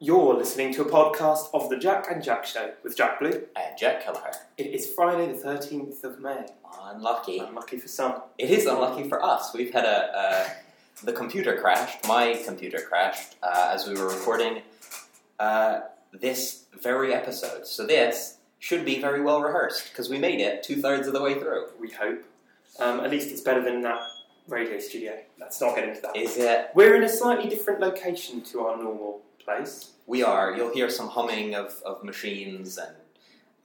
You're listening to a podcast of The Jack and Jack Show with Jack Blue. and Jack Kelleher. It is Friday, the 13th of May. Unlucky. Unlucky for some. It is unlucky for us. We've had a. Uh, the computer crashed. My computer crashed uh, as we were recording uh, this very episode. So this should be very well rehearsed because we made it two thirds of the way through. We hope. Um, at least it's better than that radio studio. Let's not get into that. Is it? We're in a slightly different location to our normal place. We are. You'll hear some humming of, of machines and.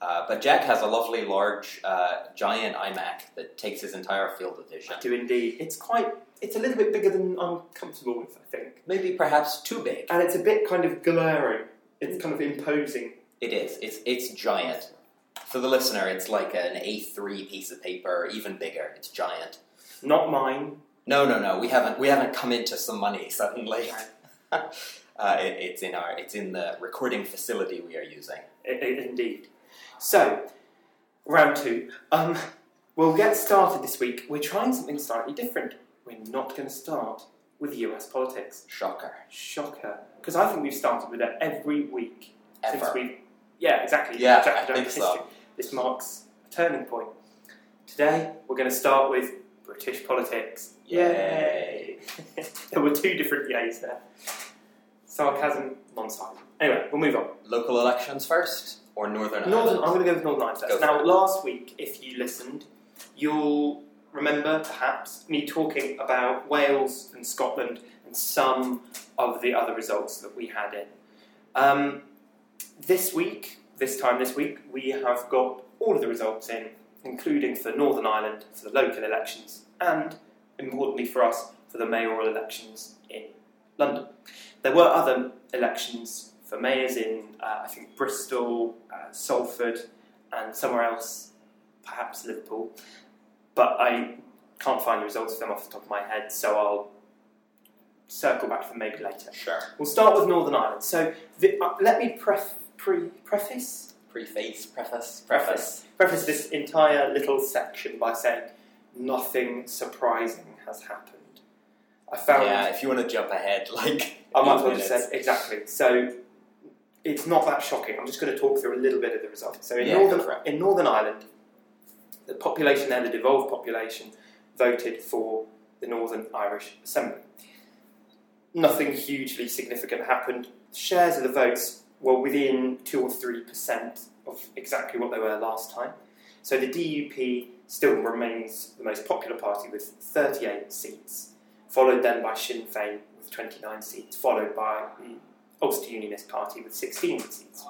Uh, but Jack has a lovely, large, uh, giant iMac that takes his entire field of vision. I do indeed. It's quite. It's a little bit bigger than I'm comfortable with, I think. Maybe perhaps too big. And it's a bit kind of glaring. It's kind of imposing. It is. It's it's giant. For the listener, it's like an A3 piece of paper, even bigger. It's giant. Not mine. No, no, no. We haven't we haven't come into some money suddenly. uh, it, it's in our it's in the recording facility we are using. I- I- Indeed. So, round two. Um, we'll get started this week. We're trying something slightly different. We're not going to start with US politics. Shocker. Shocker. Because I think we've started with it every week Ever. since we. Yeah, exactly. yeah, Jack I and Jack think history. so. This marks a turning point. Today, we're going to start with British politics. Yay. Yay. there were two different yays there. Sarcasm, non-sarcasm. Anyway, we'll move on. Local elections first or Northern Northern, I'm Ireland? going to go with Northern Ireland Go first. for Now, last week, if you listened, you'll remember perhaps me talking about Wales and Scotland and some of the other results that we had in. Um, this week, this time this week, we have got all of the results in, including for Northern Ireland, for the local elections, and importantly for us, for the mayoral elections in London. There were other elections for mayors in, uh, I think, Bristol, uh, Salford, and somewhere else, perhaps Liverpool. But I can't find the results of them off the top of my head, so I'll circle back to them maybe later. Sure. We'll start with Northern Ireland. So the, uh, let me pref- pre- preface Preface, preface, Preface. preface this entire little section by saying nothing surprising has happened. I found Yeah, if you want to jump ahead, like I might eight as well just minutes. say exactly. So it's not that shocking. I'm just going to talk through a little bit of the results. So in Yeah, go northern for it. in Northern Ireland, the population there, the devolved population, voted for the Northern Irish Assembly. Nothing hugely significant happened. Shares of the votes were within two or three percent of exactly what they were last time. So the DUP still remains the most popular party with 38 seats, followed then by Sinn Féin with 29 seats, followed by the Ulster Unionist Party with 16 seats.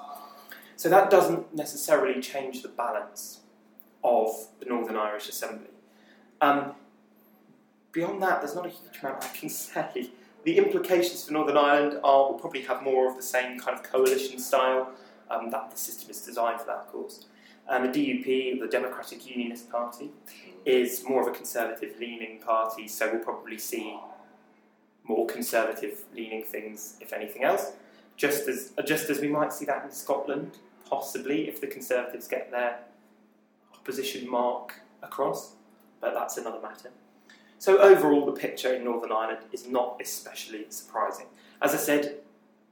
So that doesn't necessarily change the balance of the Northern Irish Assembly. Um, beyond that, there's not a huge amount I can say. The implications for Northern Ireland are we'll probably have more of the same kind of coalition style. Um, that the system is designed for that, of course. Um, the DUP, the Democratic Unionist Party, is more of a conservative leaning party, so we'll probably see more conservative leaning things, if anything else. Just as uh, just as we might see that in Scotland, possibly if the Conservatives get their opposition mark across, but that's another matter. So overall, the picture in Northern Ireland is not especially surprising. As I said,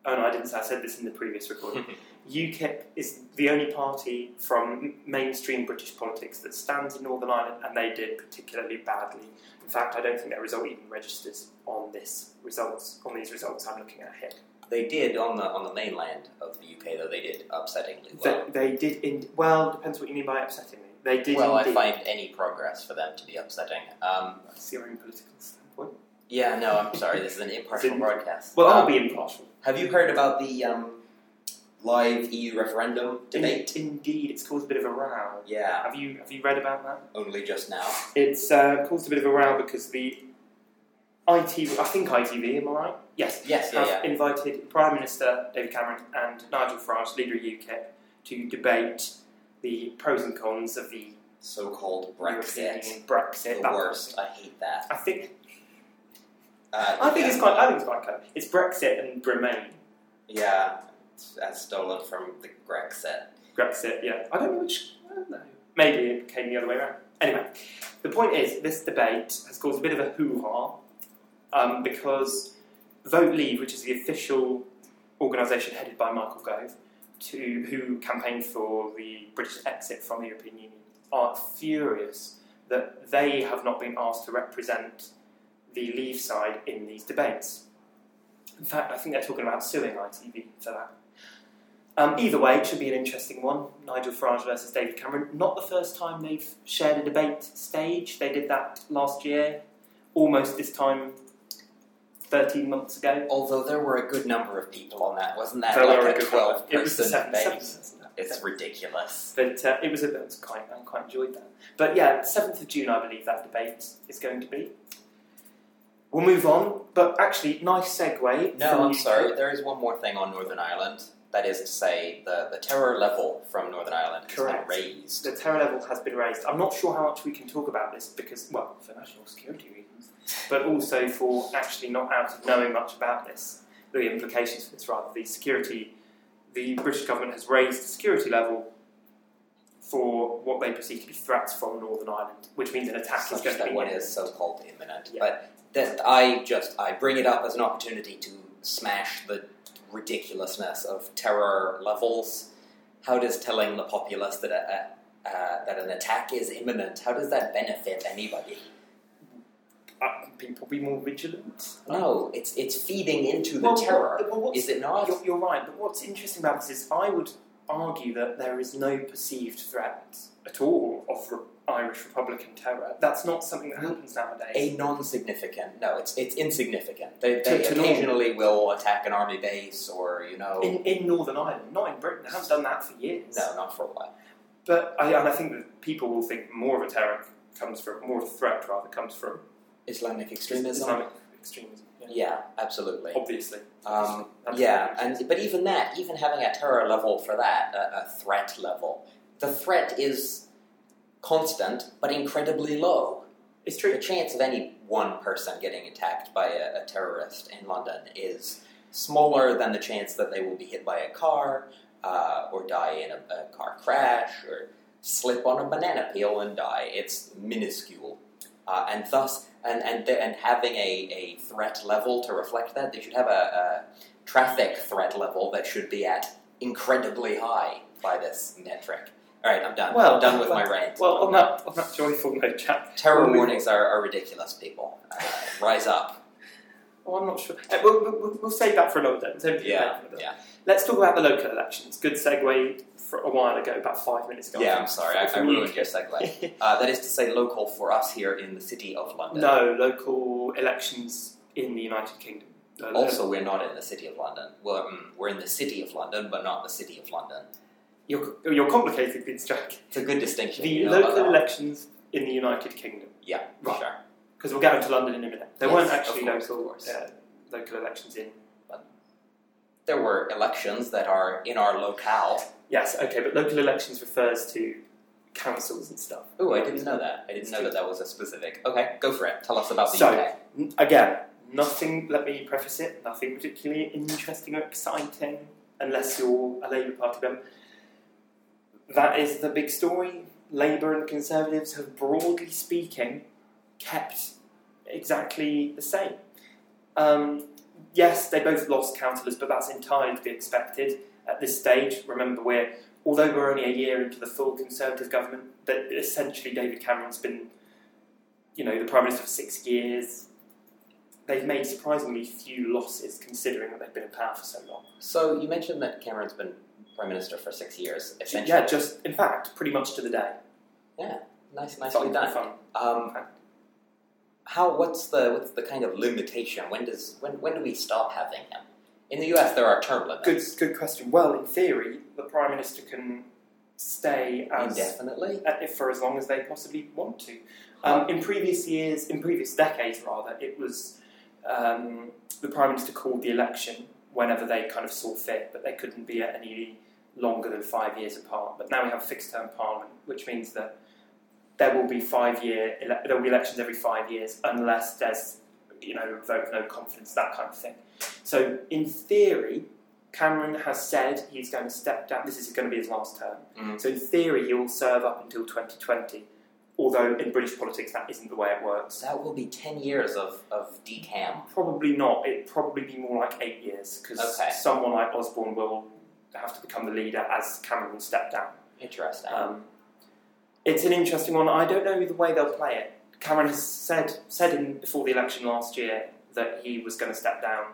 oh no, I didn't say I said this in the previous recording. UKIP is the only party from m- mainstream British politics that stands in Northern Ireland, and they did particularly badly. In fact, I don't think their result even registers on this results on these results I'm looking at here. They did on the on the mainland of the UK though. They did upsettingly well. They- They, did in well depends what you mean by upsettingly. They did well, I indeed. find any progress for them to be upsetting. Um, See your own political standpoint. yeah, no, I'm sorry. This is an impartial Didn't- broadcast. Well, I'll Um, be impartial. have you heard about the um, live EU referendum debate? In- indeed, it's caused a bit of a row. Yeah, Have you have you read about that? only just now. It's uh, caused a bit of a row because the IT, I think ITV, am I right? Yes, Yes, yeah, have yeah. invited Prime Minister David Cameron and Nigel Farage, leader of UKIP, to debate the pros and cons of the So-called European Brexit, Union, Brexit, the that- worst. I hate that. I think Uh, I think yeah. it's quite I think it's quite clever. It's Brexit and Remain. yeah, it's- that's stolen from the Grexit. Brexit, yeah. I don't know which. I don't know. Maybe it came the other way around. Anyway, the point is, this debate has caused a bit of a hoo ha um, because Vote Leave, which is the official organisation headed by Michael Gove, to, who campaigned for the British exit from the European Union, are furious that they have not been asked to represent the Leave side in these debates. In fact, I think they're talking about suing ITV for that. Um, either way, it should be an interesting one. Nigel Farage versus David Cameron. Not the first time they've shared a debate stage. They did that last year, almost this time, 13 months ago. Although there were a good number of people on that, wasn't that There were a like a good twelve It was the person 7 debate? 7 wasn't it? It's ridiculous. But uh, it was a it was quite I quite enjoyed that. But yeah, seventh of June, I believe that debate is going to be. We'll move on, but actually, nice segue. from No, I'm you. sorry. There is one more thing on Northern Ireland. That is to say, the, the terror level from Northern Ireland has Correct. been raised. The terror level has been raised. I'm not sure how much we can talk about this because, well, for national security reasons, but also for actually not out of knowing much about this, the implications for this rather. The security, the British government has raised the security level for what they perceive to be threats from Northern Ireland, which means an attack is such going to that be one imminent. is so-called imminent. Yeah. But that I just I bring it up as an opportunity to smash the ridiculousness of terror levels. How does telling the populace that a, a, uh, that an attack is imminent? How does that benefit anybody? uh, people be more vigilant. No, it's it's feeding into the Well, terror, what- well, what's- is it not? Ah, You're, you're right, but what's interesting about this is I would argue that there is no perceived threat at all of re- Irish Republican terror. That's not something that happens nowadays. A non-significant. No, it's it's insignificant. They, To- they to normal. occasionally will attack an army base or you know. In, in Northern Ireland, not in Britain, they haven't done that for years. no, not for a while. But I, and I think that people will think more of a terror comes from, more of a threat rather comes from Islamic extremism. Islamic extremism. Yeah. Yeah, absolutely. Obviously. Um, That's yeah, what it and but even that, even having a terror level for that, a, a threat level, the threat is constant but incredibly low. It's true. The chance of any one person getting attacked by a, a terrorist in London is smaller than the chance that they will be hit by a car uh, or die in a, a car crash or slip on a banana peel and die. It's minuscule. Uh, and thus, and and, th- and having a, a threat level to reflect that, they should have a, a traffic threat level that should be at incredibly high by this metric. All right, I'm done. Well, I'm done with well, my rant. Well, on that, on that joyful note, chat. Terror Well, we- warnings are, are ridiculous, people. Uh, rise up. Oh, I'm not sure. Uh, We'll, we'll- we'll, we'll save that for another day. Save it for Yeah, another day. yeah. Let's talk about the local elections. Good segue for a while ago, about five minutes ago. Yeah, I'm sorry, I, I From you. ruined your segue. Uh, that is to say, local for us here in the city of London. no, local elections in the United Kingdom. Uh, Also, we're not in the city of London. Well, mm, we're in the city of London, but not the city of London. you're, you're complicating things, Jack. It's a good distinction. The you know about local that? elections in the United Kingdom, Yeah, Right. sure. because we'll get into London in a minute. There Yes, weren't actually of course, local of course. uh, local elections in. There were elections that are in our locale. Yes, okay, but local elections refers to councils and stuff. Ooh, I didn't know that. I didn't know that that was a specific. Okay, go for it. Tell us about the So- UK. N- again, nothing, let me preface it, nothing particularly interesting or exciting unless you're a Labour Party member. That is the big story. Labour and Conservatives have, broadly speaking, kept exactly the same. Um, yes, they both lost councillors, but that's entirely to be expected at this stage. Remember, we're although we're only a year into the full Conservative government, that essentially David Cameron's been, you know, the Prime Minister for six years. They've made surprisingly few losses considering that they've been in power for so long. So you mentioned that Cameron's been prime minister for six years. Essentially, Yeah, just in fact, pretty much to the day. nice, nicely Fun- done. fun. Um, how? What's the what's the kind of limitation? When does when when do we stop having him? In the U.S., there are term limits Good, good question. Well, in theory, the Prime Minister can stay as indefinitely. uh, for as long as they possibly want to. Um, in previous years, in previous decades rather, it was um, the prime minister called the election whenever they kind of saw fit, but they couldn't be at any longer than five years apart. But now we have a fixed term parliament, which means that there will be five year ele- there will be elections every five years unless there's you know a vote of no confidence that kind of thing. So in theory. Cameron has said he's going to step down. This is going to be his last term. Mm. So in theory, he will serve up until 2020 although in British politics that isn't the way it works. So that will be 10 years of, of decam. Probably not. It'd probably be more like eight years because Okay. someone like Osborne will have to become the leader as Cameron stepped down. Interesting. Um, it's an interesting one. I don't know the way they'll play it. Cameron has said said in before the election last year that he was going to step down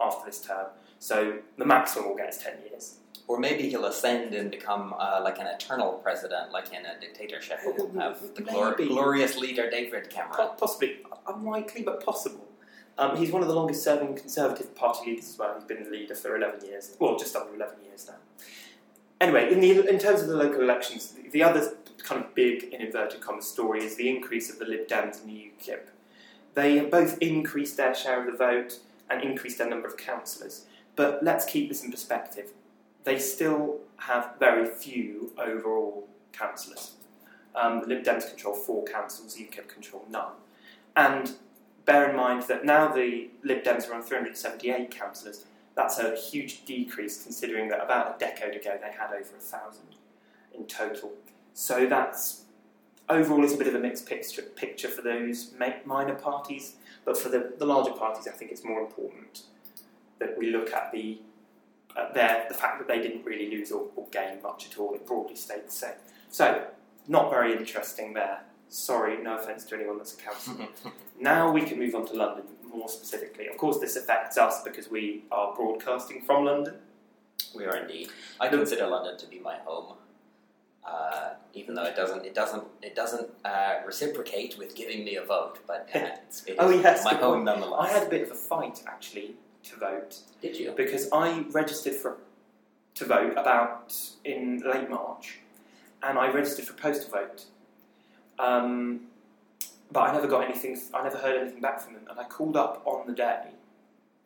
after this term. So the maximum we'll get is ten years. or maybe he'll ascend and become uh, like an eternal president, like in a dictatorship. and We'll have the glor- Maybe. glorious leader David Cameron. Po- Possibly unlikely, but possible. Um, he's one of the longest serving Conservative Party leaders as well. He's been the leader for eleven years. Well, just under eleven years now. Anyway, in the in terms of the local elections, the, the other kind of big in inverted commas story is the increase of the Lib Dems and the UKIP. They have both increased their share of the vote and increased their number of councillors. But let's keep this in perspective. They still have very few overall councillors. Um, the Lib Dems control four councils, UKIP control none. And bear in mind that now the Lib Dems are on 378 councillors. That's a huge decrease considering that about a decade ago they had over a thousand in total. So that's overall it's a bit of a mixed picture, picture for those ma- minor parties, but for the, the larger parties, I think it's more important that we look at the at their, the fact that they didn't really lose or, or gain much at all. It broadly stayed the same. So not very interesting there. Sorry, no offence to anyone that's a councillor. Now we can move on to London more specifically. Of course, this affects us because we are broadcasting from London. we are indeed. I consider London to be my home, uh, even though it doesn't it doesn't it doesn't uh, reciprocate with giving me a vote, but uh, it's, it Oh, is yes, my good home point. I nonetheless. had a bit of a fight actually to vote Did you? because I registered for to vote about in late March, and I registered for postal vote. Um, but I never got anything. I never heard anything back from them, and I called up on the day,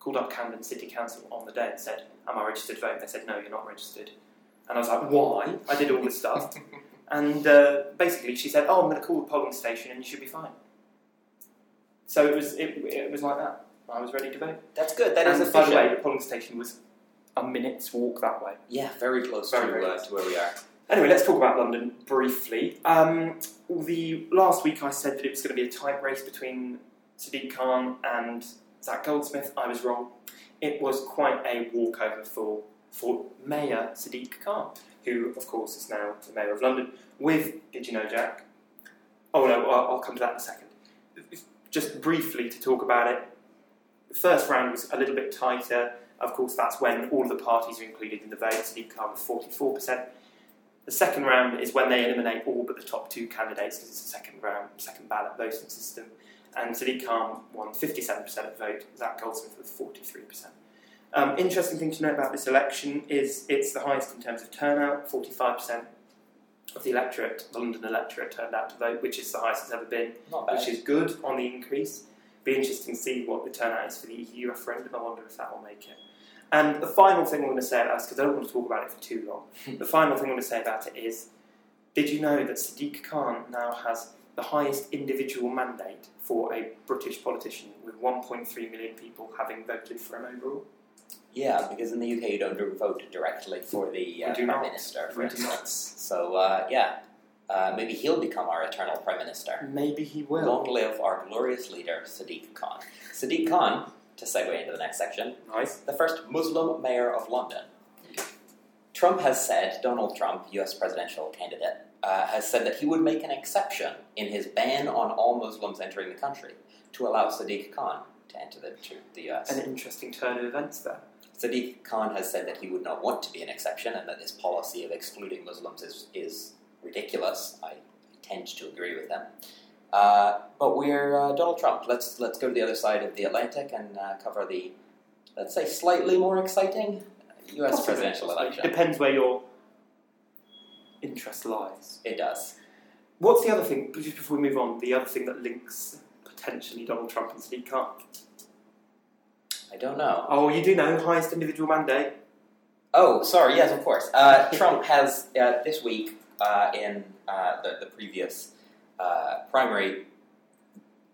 called up Camden City Council on the day and said, "Am I registered to vote?" They said, "No, you're not registered." And I was like, "Why?" I did all this stuff, and uh, basically she said, "Oh, I'm going to call the polling station, and you should be fine." So it was it, it was like that. I was ready to vote. That's good. That is And by efficient. the way, the polling station was a minute's walk that way. yeah, very close Very, to, very uh, close. to where we are. Anyway, let's talk about London briefly. Um, the last week I said that it was going to be a tight race between Sadiq Khan and Zach Goldsmith. I was wrong. It was quite a walkover for for Mayor Sadiq Khan, who of course is now the mayor of London. With did you know Jack? Oh no, I'll, I'll come to that in a second. Just briefly to talk about it. The first round was a little bit tighter. Of course, that's when all of the parties are included in the vote. Sadiq Khan with forty-four percent. The second round is when they eliminate all but the top two candidates because it's a second round, second ballot voting system. And Sadiq Khan won 57% of the vote, Zach Goldsmith with 43%. Um, interesting thing to note about this election is it's the highest in terms of turnout. 45% of the electorate, the London electorate, turned out to vote, which is the highest it's ever been Not bad. which is good on the increase. Be interesting to see what the turnout is for the EU referendum. I wonder if that will make it. And the final thing I'm going to say about this, because I don't want to talk about it for too long, the final thing I'm going to say about it is did you know that Sadiq Khan now has the highest individual mandate for a British politician, with 1.3 million people having voted for him overall? Yeah, because in the UK you don't do- vote directly for the uh, We do prime not. minister, for We do not. instance. So uh, yeah, uh, maybe he'll become our eternal prime minister. Maybe he will. Long live our glorious leader, Sadiq Khan. Sadiq Khan, to segue into the next section, Nice. the first Muslim mayor of London. Trump has said, Donald Trump, US presidential candidate, uh, has said that he would make an exception in his ban on all Muslims entering the country to allow Sadiq Khan to enter the, to the US. An interesting turn of events there. Sadiq Khan has said that he would not want to be an exception and that this policy of excluding Muslims is, is ridiculous. I tend to agree with them. Uh, but we're uh, Donald Trump. Let's let's go to the other side of the Atlantic and uh, cover the, let's say, slightly more exciting U.S. Possibly. presidential election. Depends where your interest lies. It does. What's the other thing, just before we move on, the other thing that links potentially Donald Trump and Sadiq Khan? I don't know. Oh, you do know, highest individual mandate. Oh, sorry. Yes, of course. Uh, Trump has uh, this week uh, in uh, the, the previous uh, primary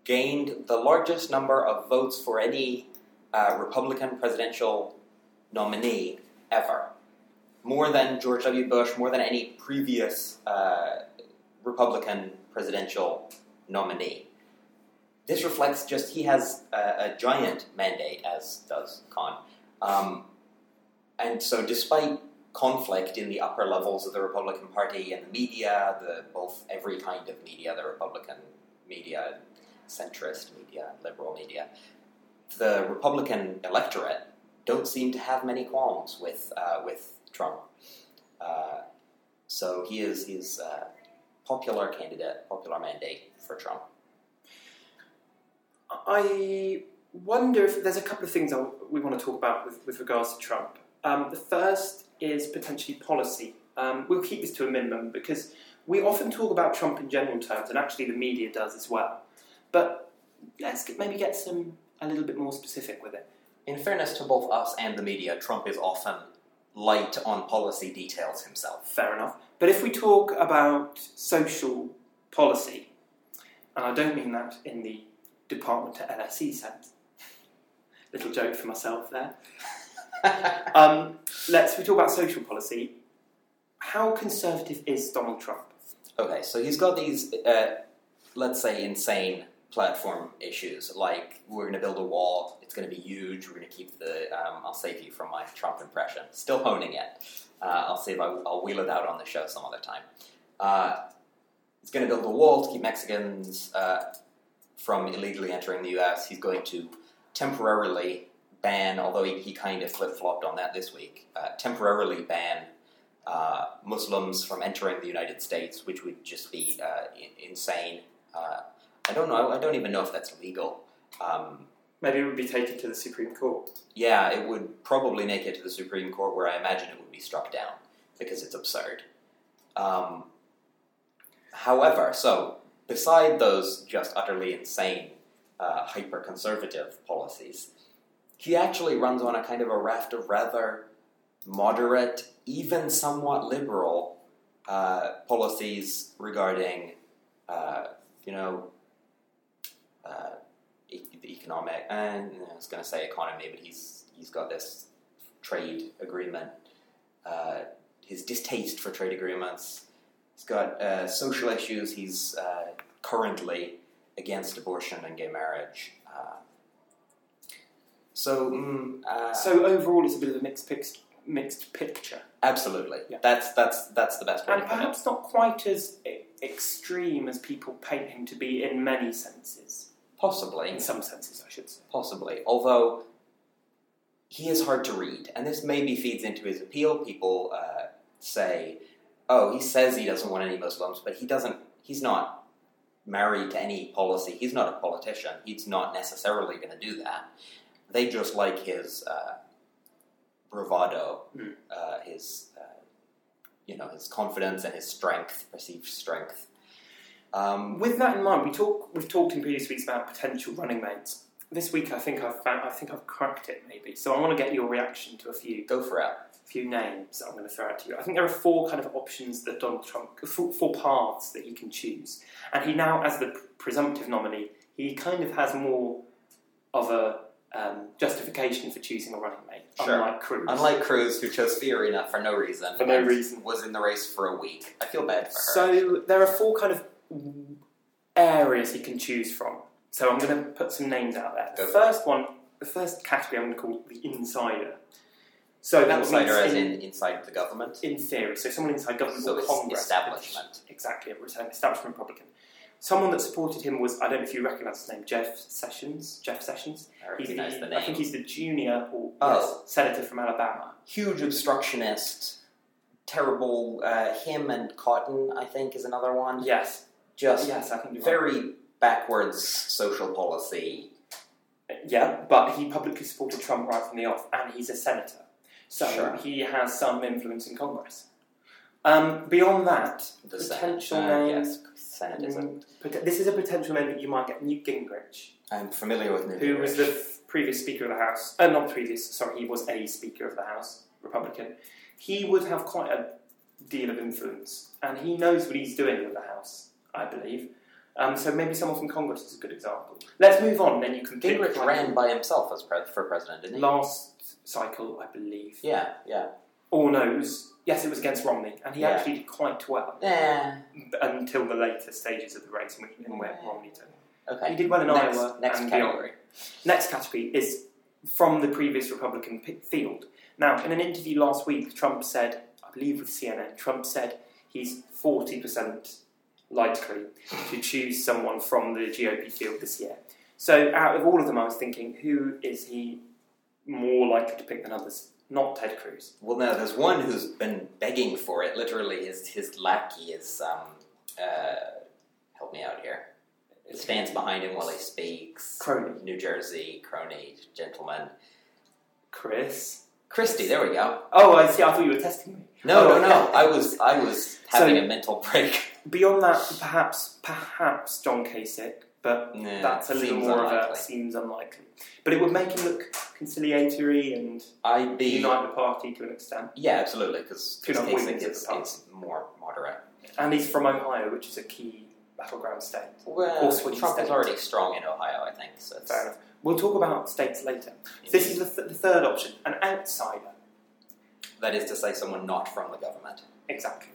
gained the largest number of votes for any uh, Republican presidential nominee ever. More than George W. Bush, more than any previous uh, Republican presidential nominee. This reflects just he has a, a giant mandate, as does Khan. Um, and so, despite conflict in the upper levels of the Republican Party and the media, the both every kind of media, the Republican media, centrist media, liberal media, the Republican electorate don't seem to have many qualms with uh, with Trump. Uh, so he is he is a popular candidate, popular mandate for Trump. I wonder if there's a couple of things I, we want to talk about with, with regards to Trump. Um, the first is potentially policy. Um, we'll keep this to a minimum because we often talk about Trump in general terms, and actually the media does as well. But let's get, maybe get some a little bit more specific with it. In fairness to both us and the media, Trump is often light on policy details himself. Fair enough. But if we talk about social policy, and I don't mean that in the Department to LSE E sense, little joke for myself there. Um, let's we talk about social policy. How conservative is Donald Trump? okay, so he's got these, uh, let's say, insane platform issues like we're going to build a wall, it's going to be huge, we're going to keep the, um, I'll save you from my Trump impression, still honing it. Uh, I'll save, I'll, I'll wheel it out on the show some other time. Uh, he's going to build a wall to keep Mexicans uh, from illegally entering the US. He's going to temporarily ban, although he, he kind of flip flopped on that this week, uh, temporarily ban uh, Muslims from entering the United States, which would just be uh, in- insane. Uh, I don't know. I don't even know if that's legal. Um, Maybe it would be taken to the Supreme Court. yeah, it would probably make it to the Supreme Court, where I imagine it would be struck down because it's absurd. Um, however, so beside those just utterly insane, uh, hyper conservative policies, he actually runs on a kind of a raft of rather moderate, even somewhat liberal uh, policies regarding, uh, you know, uh, e- the economic. And I was going to say economy, but he's he's got this trade agreement. Uh, his distaste for trade agreements. He's got uh, social issues. He's uh, currently against abortion and gay marriage. Uh, so, mm, uh, So overall, it's a bit of a mixed pic- mixed picture, Absolutely. Yeah. Um, That's that's that's the best way and to put it. perhaps not quite as e- extreme as people paint him to be in many senses. Possibly, In some senses, I should say. possibly. Although he is hard to read, and this maybe feeds into his appeal. People uh, say, "Oh, he says he doesn't want any Muslims, but he doesn't. He's not married to any policy. He's not a politician. He's not necessarily going to do that. They just like his uh, bravado, Mm. uh, his." Uh, you know his confidence and his strength, perceived strength. Um, With that in mind, we talk. We've talked in previous weeks about potential running mates. This week, I think I've found, I think I've cracked it maybe. So I want to get your reaction to a few Go for it. few names that I'm going to throw out to you. I think there are four kind of options that Donald Trump, four, four paths that he can choose. And he now, as the pr- presumptive nominee, he kind of has more of a um, justification for choosing a running mate, Sure. unlike Cruz. Unlike Cruz, who chose Fiorina for no reason, For no and reason. was in the race for a week. I feel bad for her. so there are four kind of areas he can choose from. So I'm going to put some names out there. The Go for it. first one, the first category, I'm going to call the insider. So that Insider, means as in inside the government. in theory, so someone inside government So or it's Congress, establishment. exactly, it was an establishment Republican. Someone that supported him was I don't know if you recognise his name, Jeff Sessions. Jeff Sessions. I He's recognize the I think name. he's the junior or Oh. yes, senator from Alabama. Huge obstructionist. Terrible. Uh, him and Cotton, I think, is another one. Yes, Just yes, I think you're right. very backwards social policy. Yeah, but he publicly supported Trump right from the off, and he's a senator, so Sure. he has some influence in Congress. Um, beyond that, The Potential Senate. Uh, name. yes, Senate is a- mm, pot- this is a potential name that you might get: Newt Gingrich. I'm familiar with Newt who was Gingrich. the f- previous Speaker of the House, uh, not previous, sorry, he was a Speaker of the House, Republican, he would have quite a deal of influence, and he knows what he's doing with the House, I believe. Um, so maybe someone from Congress is a good example. Let's move on, then you can pick Gingrich like, ran by himself as pre- for president, didn't he? last cycle, I believe. Yeah, yeah. all knows, yes, it was against Romney, and he Yeah. actually did quite well Nah. b- until the later stages of the race, in which in where Romney took. He Okay. did well in next, Iowa. next and beyond. category. Next category is from the previous Republican pi field. Now, in an interview last week, Trump said, I believe with CNN, Trump said he's 40% likely to choose someone from the GOP field this year. So, out of all of them, I was thinking, who is he more likely to pick than others? Not Ted Cruz. Well, no, there's one who's been begging for it. Literally, his his lackey is um uh help me out here. It stands behind him while he speaks. Crony. New Jersey crony gentleman Chris. Christie. There we go. Oh, I see. I thought you were testing me. No, Oh, no, no. okay. I was I was So- having a mental break. Beyond that, perhaps, perhaps John Kasich, but Nah, That's a little seems more of a unlikely. seems unlikely. But it would make him look conciliatory and I'd be unite the party to an extent. yeah, absolutely because Two different Kasich wings of is, the party. is more moderate. And he's from Ohio, which is a key battleground state. Well, Or swing Trump is state. already strong in Ohio, I think. So it's, Fair enough. We'll talk about states later. So this is the, th- the third option an outsider. that is to say, someone not from the government. Exactly.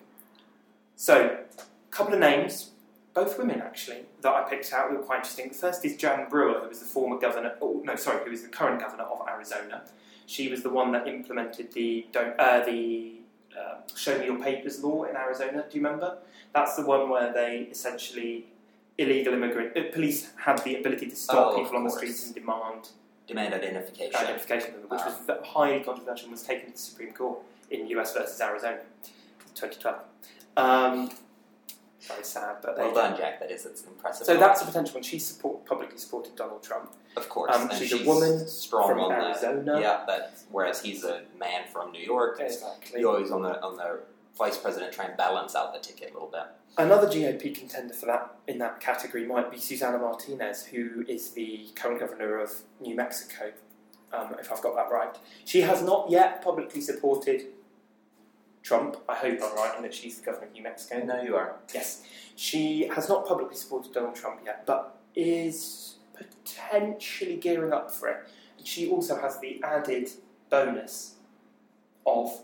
So, a couple of names, both women actually, that I picked out were quite interesting. The first is Jan Brewer, who was the former governor, oh, no, sorry, who is the current governor of Arizona. She was the one that implemented the don't, uh, the uh, show me your papers law in Arizona. Do you remember? That's the one where they essentially illegal immigrant uh, police had the ability to Oh, stop of people on the course. streets and demand Demand identification. uh, identification, which was Ah. v- highly controversial and was taken to the Supreme Court in US versus Arizona, 2012. Um, very sad, but they Well done, Jack. That is, it's impressive. So that's a potential one. She support, publicly supported Donald Trump of course. um, and she's a woman strong from on Arizona. that. Yeah, that. Whereas he's a man from New York. Exactly. You always on the on the vice president try and balance out the ticket a little bit. Another GOP contender for that in that category might be Susana Martinez, who is the current governor of New Mexico, um, if I've got that right. She has not yet publicly supported Trump. I hope I'm right in that she's the governor of New Mexico. No, you are. Yes, she has not publicly supported Donald Trump yet, but is potentially gearing up for it. And she also has the added bonus of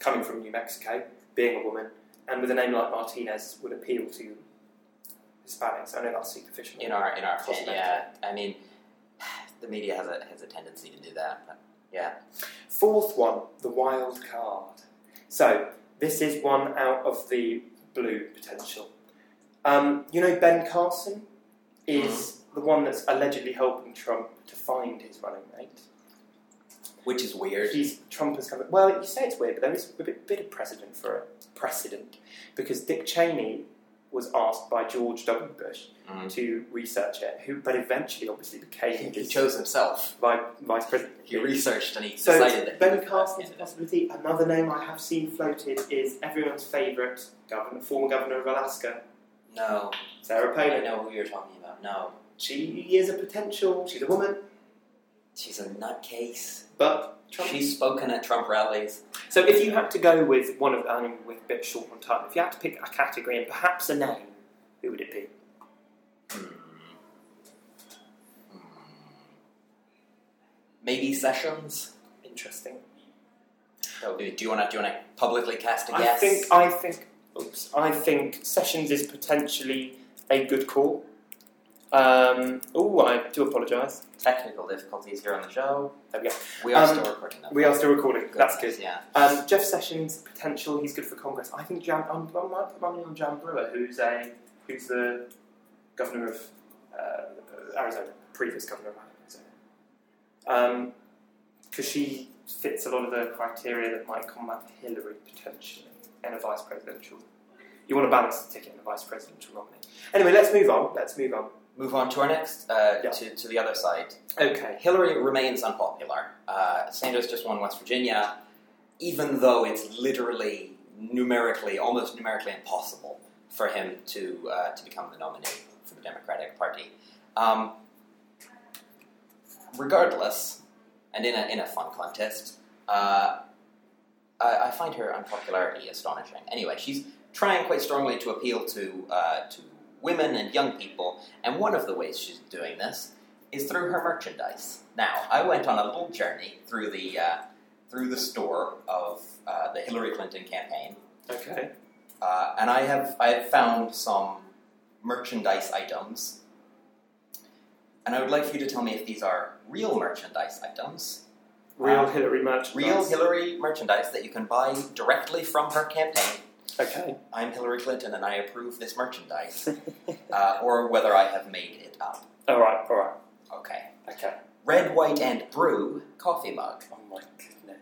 coming from New Mexico, being a woman, and with a name like Martinez would appeal to Hispanics. I know that's superficial. in our in our Cosmetic. yeah. I mean, the media has a has a tendency to do that. but- Fourth one, the wild card. So this is one out of the blue potential. Um, you know, Ben Carson is the one that's allegedly helping Trump to find his running mate. Which is weird. He's Trump has come. Well, you say it's weird, but there is a bit, bit of precedent for it. Precedent, because Dick Cheney was asked by George W. Bush Mm. to research it, who but eventually obviously became He his chose himself. vi- vice president. He researched and he So decided that. he Ben was the best Carson's a candidate. possibility. Another name I have seen floated is everyone's favourite governor, former governor of Alaska, No, Sarah I Palin. know who you're talking about. No, She is a potential. She's a woman, she's a nutcase. but Trump. She's spoken at Trump rallies. so if you had to go with one of, I mean, with a bit short on time, if you had to pick a category and perhaps a name, who would it be? Maybe Sessions. Interesting. That would be- Do you want to? Do you want to publicly cast a I guess? think. I think. Oops. I think Sessions is potentially a good call. Um, oh, I do apologise. Technical difficulties here on the show. There we go. We are Um, still recording that. We are still recording. That's good. Yeah. Um, Jeff Sessions potential. He's good for Congress. I think Jan. um, I'm, I might put money on Jan Brewer, who's a who's the governor of uh, Arizona, previous governor of Arizona, because she fits a lot of the criteria that might combat Hillary potentially in a vice presidential. You want to balance the ticket in a vice presidential nominee. Anyway, let's move on. Let's move on. Move on to our next. Uh, Yeah. to, to the other side. Okay. Hillary remains unpopular. Uh, Sanders just won West Virginia, even though it's literally numerically, almost numerically impossible for him to uh, to become the nominee for the Democratic Party. Um, regardless, and in a in a fun contest, uh, I, I find her unpopularity astonishing. Anyway, she's trying quite strongly to appeal to uh, to women and young people, and one of the ways she's doing this is through her merchandise. Now, I went on a little journey through the uh, through the store of uh, the Hillary Clinton campaign, Okay. uh, and I have I have found some merchandise items, and I would like for you to tell me if these are real merchandise items, Real Um, Hillary merchandise. real Hillary merchandise that you can buy directly from her campaign. Okay. I'm Hillary Clinton, and I approve this merchandise, uh, or whether I have made it up. all right. All right. Okay. Okay. Red, white, and brew coffee mug. Oh my goodness.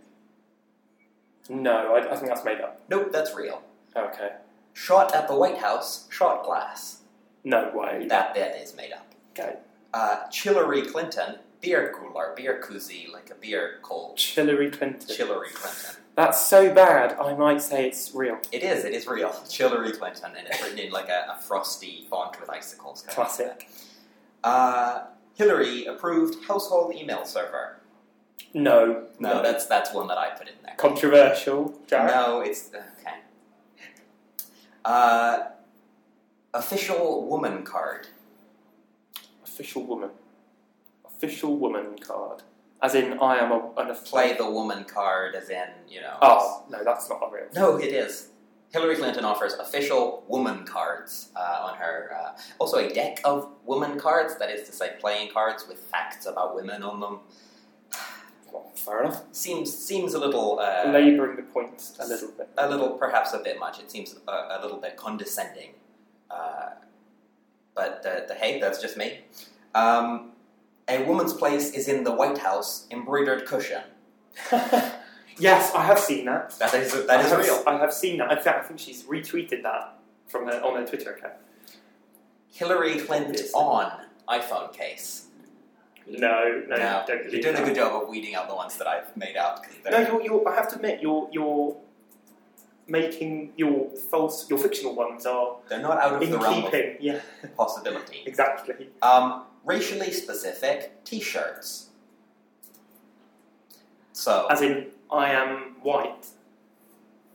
No, I, I think that's made up. Oh, Nope, that's real. Okay. Shot at the White House, shot glass. No way. That that is made up. Okay. Uh, Chillery Clinton, beer cooler, beer koozie, like a beer cold. Hillary Clinton. Chillery Clinton. That's so bad. I might say it's real. It is, it is real. Chillery Clinton, and it's written in like a, a frosty font with icicles. Kind Classic. Of. Uh, Hillary approved household email server. No. No, that's that's one that I put in there. controversial. Jared. No, it's okay. Uh, official woman card. Official woman. Official woman card. As in, I am a, an official. Play the woman card, as in you know. Oh no, that's not real. No, it is. Hillary Clinton offers official woman cards uh, on her. Uh, also, a deck of woman cards. That is to say, playing cards with facts about women on them. Well, fair enough. Seems seems a little. Uh, Labouring the point a little bit. a little, perhaps a bit much. It seems a, a little bit condescending. Uh, but uh, the, the hey, that's just me. Um, a woman's place is in the White House embroidered cushion. yes, I have seen that. That is I that is have- real. I have seen that. In fact, I think she's retweeted that from her on her Twitter account. Hillary Clinton Obviously. on iPhone case. No, no, Now, don't you're believe doing that. a good job of weeding out the ones that I've made out. 'cause they're- No, you're, you're, I have to admit, you're, you're making your false, your fictional ones are they're not out of in the realm of keeping. Yeah, possibility. exactly. Um, racially specific T-shirts. So As in, I am white.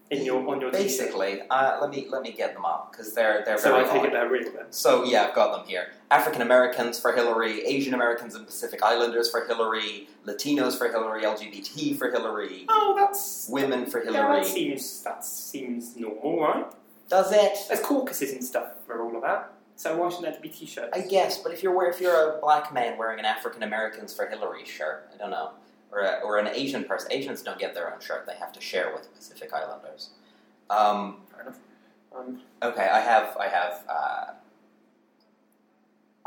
In your on your T-shirt. Basically, uh, let me let me get them up because they're they're So very I take it odd. they're real then. So yeah, I've got them here. African Americans for Hillary, Asian Americans and Pacific Islanders for Hillary, Latinos for Hillary, LGBT for Hillary, Oh, that's women for yeah, that Hillary. seems that seems normal, right? Does it? There's caucuses and stuff for all of that. So why shouldn't there be T-shirts? I guess, but if you're wear- if you're a black man wearing an African Americans for Hillary shirt, I don't know, or a, or an Asian person, Asians don't get their own shirt; they have to share with Pacific Islanders. Um, Fair enough. Um, Okay, I have, I have, uh,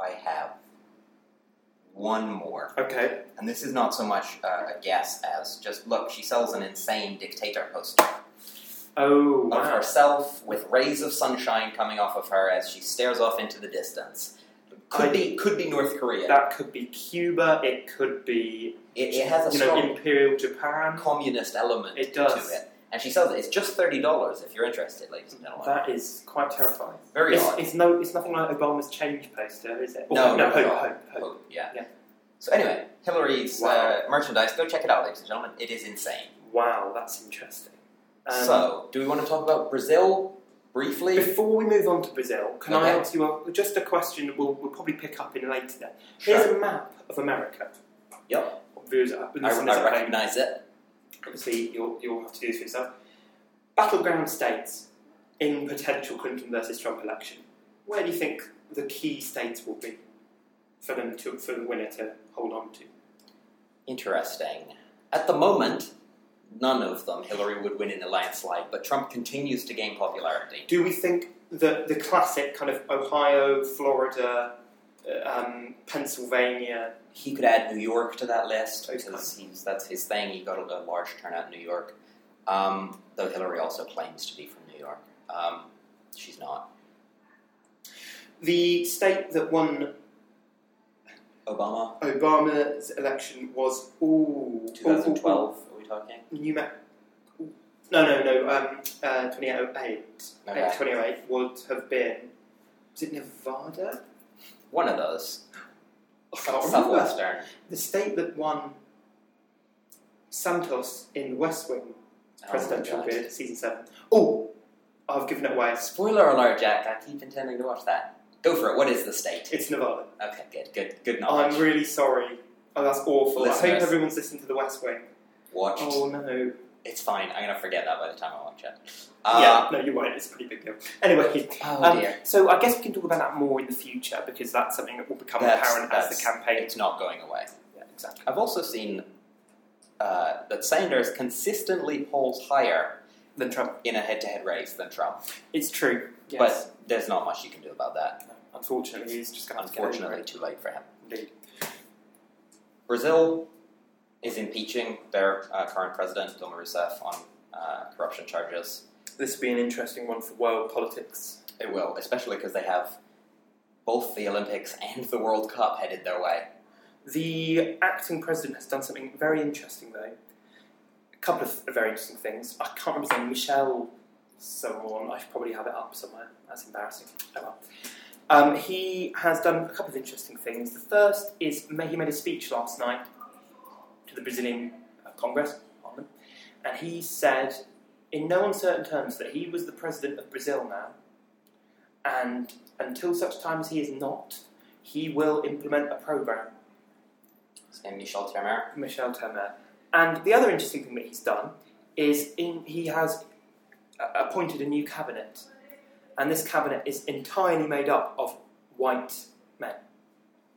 I have one more, okay. and this is not so much uh, a guess as just look. She sells an insane dictator poster Oh of wow. herself with rays of sunshine coming off of her as she stares off into the distance. Could I- be, could be North Korea. That could be Cuba. It could be it, it has a you know strong Imperial Japan. communist element It does. to it, and she sells it. It's just thirty dollars if you're interested, ladies and gentlemen. That is quite terrifying. Very it's, odd. it's no, it's nothing like Obama's change poster, is it? Or- No, no, no, hope, no. hope, hope. Oh, yeah. Yeah. So anyway, Hillary's Wow. uh, merchandise. Go check it out, ladies and gentlemen. It is insane. Wow, that's interesting. Um, so, do we want to talk about Brazil briefly? before we move on to Brazil, can I Okay. ask you a, just a question? We'll, we'll probably pick up in later. Then. Sure. Here's a map of America. Yep. Viewers, uh, I, listeners I at home, recognize it. obviously you'll, you'll have to do this for yourself. Battleground states in potential Clinton versus Trump election. Where do you think the key states will be for them to for the winner to hold on to? Interesting. At the moment, none of them. Hillary would win in a landslide, but Trump continues to gain popularity. Do we think that the classic kind of Ohio, Florida, uh, um, Pennsylvania? He could add New York to that list Okay. because he's, that's his thing. He got a, a large turnout in New York, um, though Hillary also claims to be from New York. Um, she's not. The state that won Obama Obama's election was ooh, 2012, are we talking? ooh, ooh, New Me- ooh. No, no, no. Um, uh, 2008. Okay. 28 oh would have been. Was it Nevada? One of those. I Oh, can't remember. Southwestern. The state that won Santos in West Wing Oh, presidential God. bid, season 7. Oh! I've given it away. Spoiler alert, Jack. I keep intending to watch that. Go for it. What is the state? It's Nevada. Okay, good. Good, good knowledge. I'm really sorry. Oh, that's awful. I Listeners. hope everyone's listened to the West Wing. watched. Oh no. It's fine. I'm gonna forget that by the time I watch it. yeah, Uh, no, you're right. It's a pretty big deal. Anyway, Oh um, dear. so I guess we can talk about that more in the future because that's something that will become That's- apparent as the that's- campaign. It's not going away. Yeah, exactly. I've also seen uh, that Sanders consistently polls higher Then Trump. in a head-to-head race than Trump, It's true. Yes. but there's not much you can do about that. unfortunately, he's just going to Unfortunately, too late for him. Indeed. Brazil is impeaching their uh, current president Dilma Rousseff on uh, corruption charges. This will be an interesting one for world politics. It will, especially because they have both the Olympics and the World Cup headed their way. The acting president has done something very interesting, though. A couple of very interesting things. I can't remember his name. Michelle, someone. I should probably have it up somewhere. That's embarrassing. Oh well. Um, he has done a couple of interesting things. The first is ma- he made a speech last night to the Brazilian uh, Congress, Parliament, and he said, in no uncertain terms, that he was the president of Brazil now, and until such time as he is not, he will implement a program His name Michel Temer. Michel Temer. And the other interesting thing that he's done is in, he has uh, appointed a new cabinet, and this cabinet is entirely made up of white men.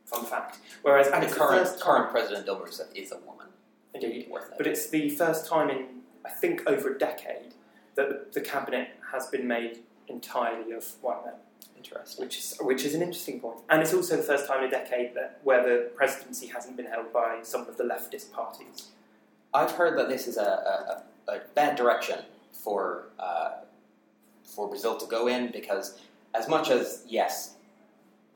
Fun fact. Whereas and The it's the current first time, current president Dilma Rousseff is a woman. indeed, Worth but it. it's the first time in I think over a decade that the, the cabinet has been made entirely of white men, Interesting. which is which is an interesting point. And it's also the first time in a decade that where the presidency hasn't been held by some of the leftist parties. I've heard that this is a, a, a, a bad direction for uh, for Brazil to go in because, as much as yes,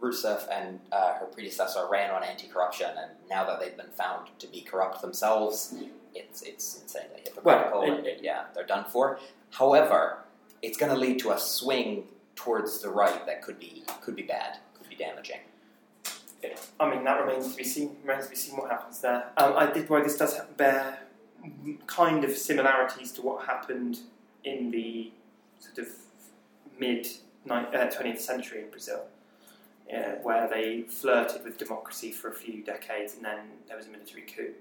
Rousseff and uh, her predecessor ran on anti-corruption, and now that they've been found to be corrupt themselves, it's it's insanely hypocritical, Well, and yeah, they're done for. However, it's going to lead to a swing towards the right that could be could be bad, could be damaging. I mean, that remains to be seen. Remains to be seen what happens there. Um, I did worry this does ha- bear mm, kind of similarities to what happened in the sort of mid uh, twentieth century in Brazil, yeah, where they flirted with democracy for a few decades, and then there was a military coup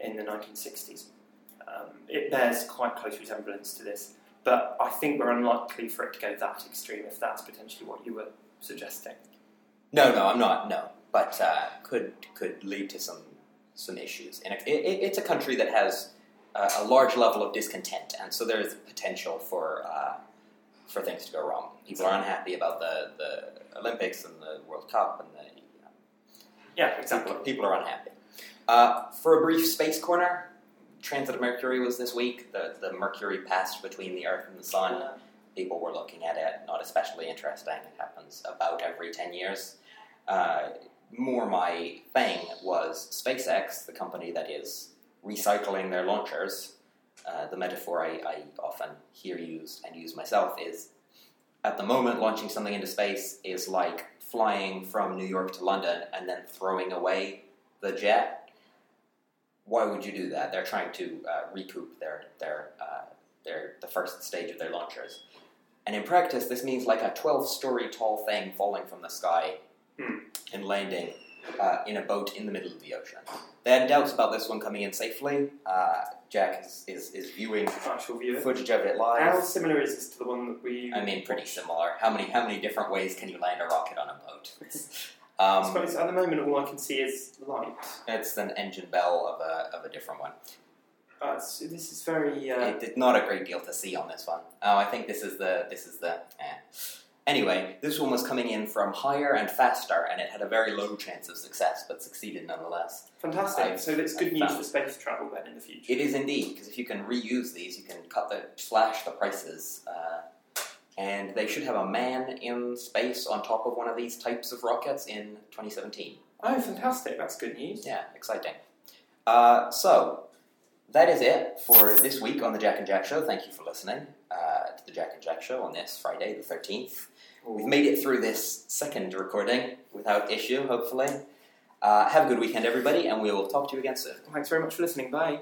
in the nineteen sixties. Um, it bears quite close resemblance to this, but I think we're unlikely for it to go that extreme if that's potentially what you were suggesting. No, no, I'm not. No, but uh, could could lead to some some issues. And it, it, it's a country that has a, a large level of discontent, and so there's potential for uh, for things to go wrong. People are unhappy about the, the Olympics and the World Cup, and the Yeah, exactly. people, people are unhappy. Uh, for a brief space corner, transit of Mercury was this week. The the Mercury passed between the Earth and the Sun people were looking at it, not especially interesting. It happens about every 10 years. Uh, more my thing was SpaceX, the company that is recycling their launchers. Uh, the metaphor I, I often hear used and use myself is at the moment, launching something into space is like flying from New York to London and then throwing away the jet. Why would you do that? They're trying to uh, recoup their, their, uh, their, the first stage of their launchers. And in practice, this means like a 12 story tall thing falling from the sky Hmm. and landing uh, in a boat in the middle of the ocean. They had doubts about this one coming in safely. Uh, Jack is, is, is viewing Actual view. footage of it live. How similar is this to the one that we? I mean, pretty similar. How many how many different ways can you land a rocket on a boat? I Um, suppose at the moment, all I can see is light. it's an engine bell of a, of a different one. Uh, so this is very. Uh, It- it's not a great deal to see on this one. Oh, I think this is the this is the. Eh. Anyway, this one was coming in from higher and faster, and it had a very low chance of success, but succeeded nonetheless. fantastic. I- so that's good I news found- for space travel then in the future. It is indeed because if you can reuse these, you can cut the slash the prices, uh, and they should have a man in space on top of one of these types of rockets in 2017. Oh, fantastic! That's good news. Yeah, exciting. Uh, so, that is it for this week on the Jack and Jack Show. Thank you for listening uh, to the Jack and Jack Show on this Friday, the 13th. We've made it through this second recording without issue, hopefully. Uh, have a good weekend, everybody, and we will talk to you again soon. Thanks very much for listening. Bye.